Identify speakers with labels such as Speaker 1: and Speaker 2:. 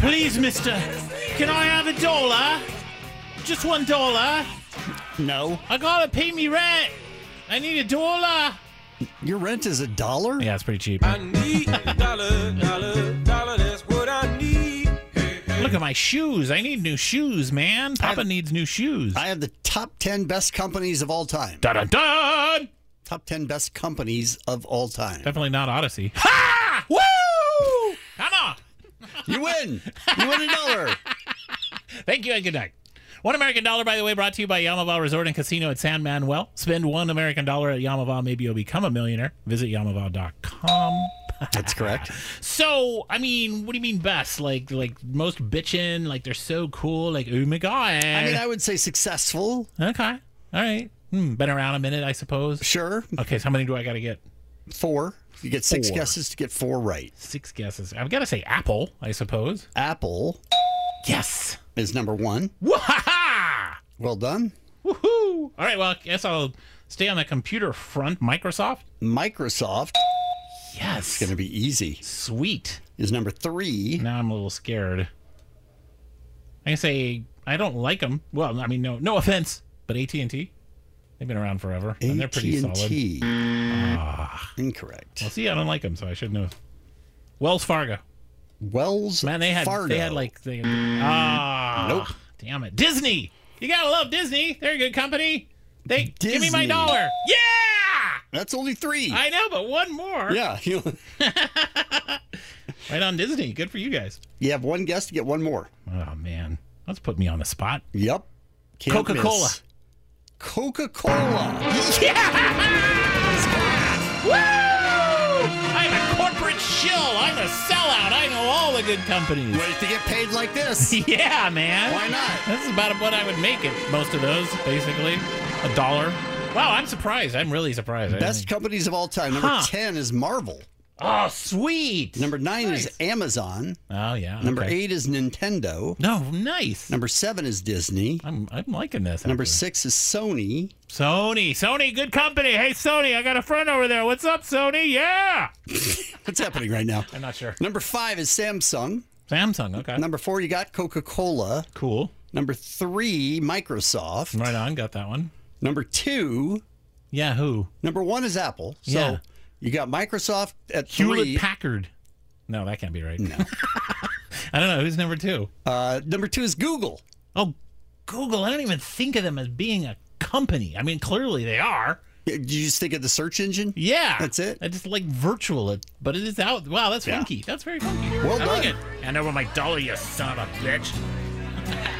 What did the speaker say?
Speaker 1: Please, mister, can I have a dollar? Just one dollar?
Speaker 2: No.
Speaker 1: I gotta pay me rent. I need a dollar.
Speaker 2: Your rent is a dollar?
Speaker 1: Yeah, it's pretty cheap.
Speaker 3: I need a dollar, dollar, dollar. That's what I need. Hey, hey.
Speaker 1: Look at my shoes. I need new shoes, man. Papa needs new shoes.
Speaker 2: I have the top 10 best companies of all time.
Speaker 1: Dun, dun, dun.
Speaker 2: Top 10 best companies of all time.
Speaker 1: Definitely not Odyssey. Ha! Woo! Come on.
Speaker 2: You win. You win a dollar.
Speaker 1: Thank you and good night. One American dollar, by the way, brought to you by Yamava Resort and Casino at San Manuel. Spend one American dollar at Yamava, maybe you'll become a millionaire. Visit yamava.com.
Speaker 2: That's correct.
Speaker 1: So, I mean, what do you mean best? Like, like most bitchin', like they're so cool, like oh my god.
Speaker 2: I mean, I would say successful,
Speaker 1: okay, all right. Hmm, been around a minute, I suppose.
Speaker 2: sure.
Speaker 1: Okay, so how many do I got to get?
Speaker 2: Four. You get six
Speaker 1: Four.
Speaker 2: guesses to get four right.
Speaker 1: Six guesses. I've got to say Apple, I suppose.
Speaker 2: Apple
Speaker 1: Yes.
Speaker 2: is number one.
Speaker 1: Wahaha!
Speaker 2: Well done.
Speaker 1: Woohoo! All right, well, I guess I'll stay on the computer front. Microsoft.
Speaker 2: Microsoft
Speaker 1: Yes.
Speaker 2: gonna be easy.
Speaker 1: Sweet.
Speaker 2: Is number three.
Speaker 1: Now I'm a little scared. I can say I don't like them. Well, I mean, no, no offense, but AT and T, they've been around forever, and they're pretty solid. Ah.
Speaker 2: AT&T. Incorrect.
Speaker 1: Well, see, I don't like them, so I shouldn't have. Wells Fargo.
Speaker 2: Wells
Speaker 1: Man, they had
Speaker 2: Fargo.
Speaker 1: they had like they, ah
Speaker 2: Nope.
Speaker 1: Damn it, Disney. You gotta love Disney. They're a good company. They give me my
Speaker 2: Disney.
Speaker 1: dollar. Yeah,
Speaker 2: That's only three.
Speaker 1: I know, but one more.
Speaker 2: yeah. You,
Speaker 1: Right on Disney. Good for you guys.
Speaker 2: you have one guess to get one more.
Speaker 1: Oh man, that's put me on the spot.
Speaker 2: Yep. Can't miss.
Speaker 1: Coca-Cola.
Speaker 2: Coca-Cola.
Speaker 1: Yeah! Woo! I'm a corporate shill. I'm a sellout. I know all the good companies.
Speaker 2: Wait to get paid like this.
Speaker 1: Yeah, man.
Speaker 2: Why not?
Speaker 1: This is about what I would make at most of those, basically. A dollar. Wow, I'm surprised. I'm really surprised. I
Speaker 2: Best
Speaker 1: didn't-
Speaker 2: companies of all time. Number
Speaker 1: Huh.
Speaker 2: 10 is Marvel.
Speaker 1: Oh, sweet.
Speaker 2: Number 9 is Amazon.
Speaker 1: oh, yeah.
Speaker 2: Number
Speaker 1: okay.
Speaker 2: 8 is Nintendo.
Speaker 1: No, nice.
Speaker 2: Number 7 is Disney.
Speaker 1: I'm, I'm liking this.
Speaker 2: Number
Speaker 1: actually.
Speaker 2: 6 is Sony.
Speaker 1: Sony. Sony, good company. Hey, Sony, I got a friend over there. What's up, Sony? Yeah.
Speaker 2: What's happening right now?
Speaker 1: I'm not sure.
Speaker 2: Number 5 is Samsung.
Speaker 1: Samsung. Okay.
Speaker 2: Number 4 you got Coca-Cola.
Speaker 1: Cool.
Speaker 2: Number 3 Microsoft.
Speaker 1: Right on. Got that one.
Speaker 2: Number 2
Speaker 1: Yahoo.
Speaker 2: Number 1 is Apple. So
Speaker 1: Yeah.
Speaker 2: you got Microsoft at
Speaker 1: Hewlett
Speaker 2: 3.
Speaker 1: Packard. No, that can't be right. No. I don't know. Who's number two?
Speaker 2: Uh, number 2 is Google.
Speaker 1: Oh, Google. I don't even think of them as being a company. I mean, clearly they are.
Speaker 2: Yeah, Did you just think of the search engine?
Speaker 1: Yeah.
Speaker 2: That's it?
Speaker 1: I just like virtual it, but it is out. Wow, that's funky. That's very funky.
Speaker 2: Well
Speaker 1: I like it.
Speaker 2: done.
Speaker 1: And over my dollar, you son of a bitch.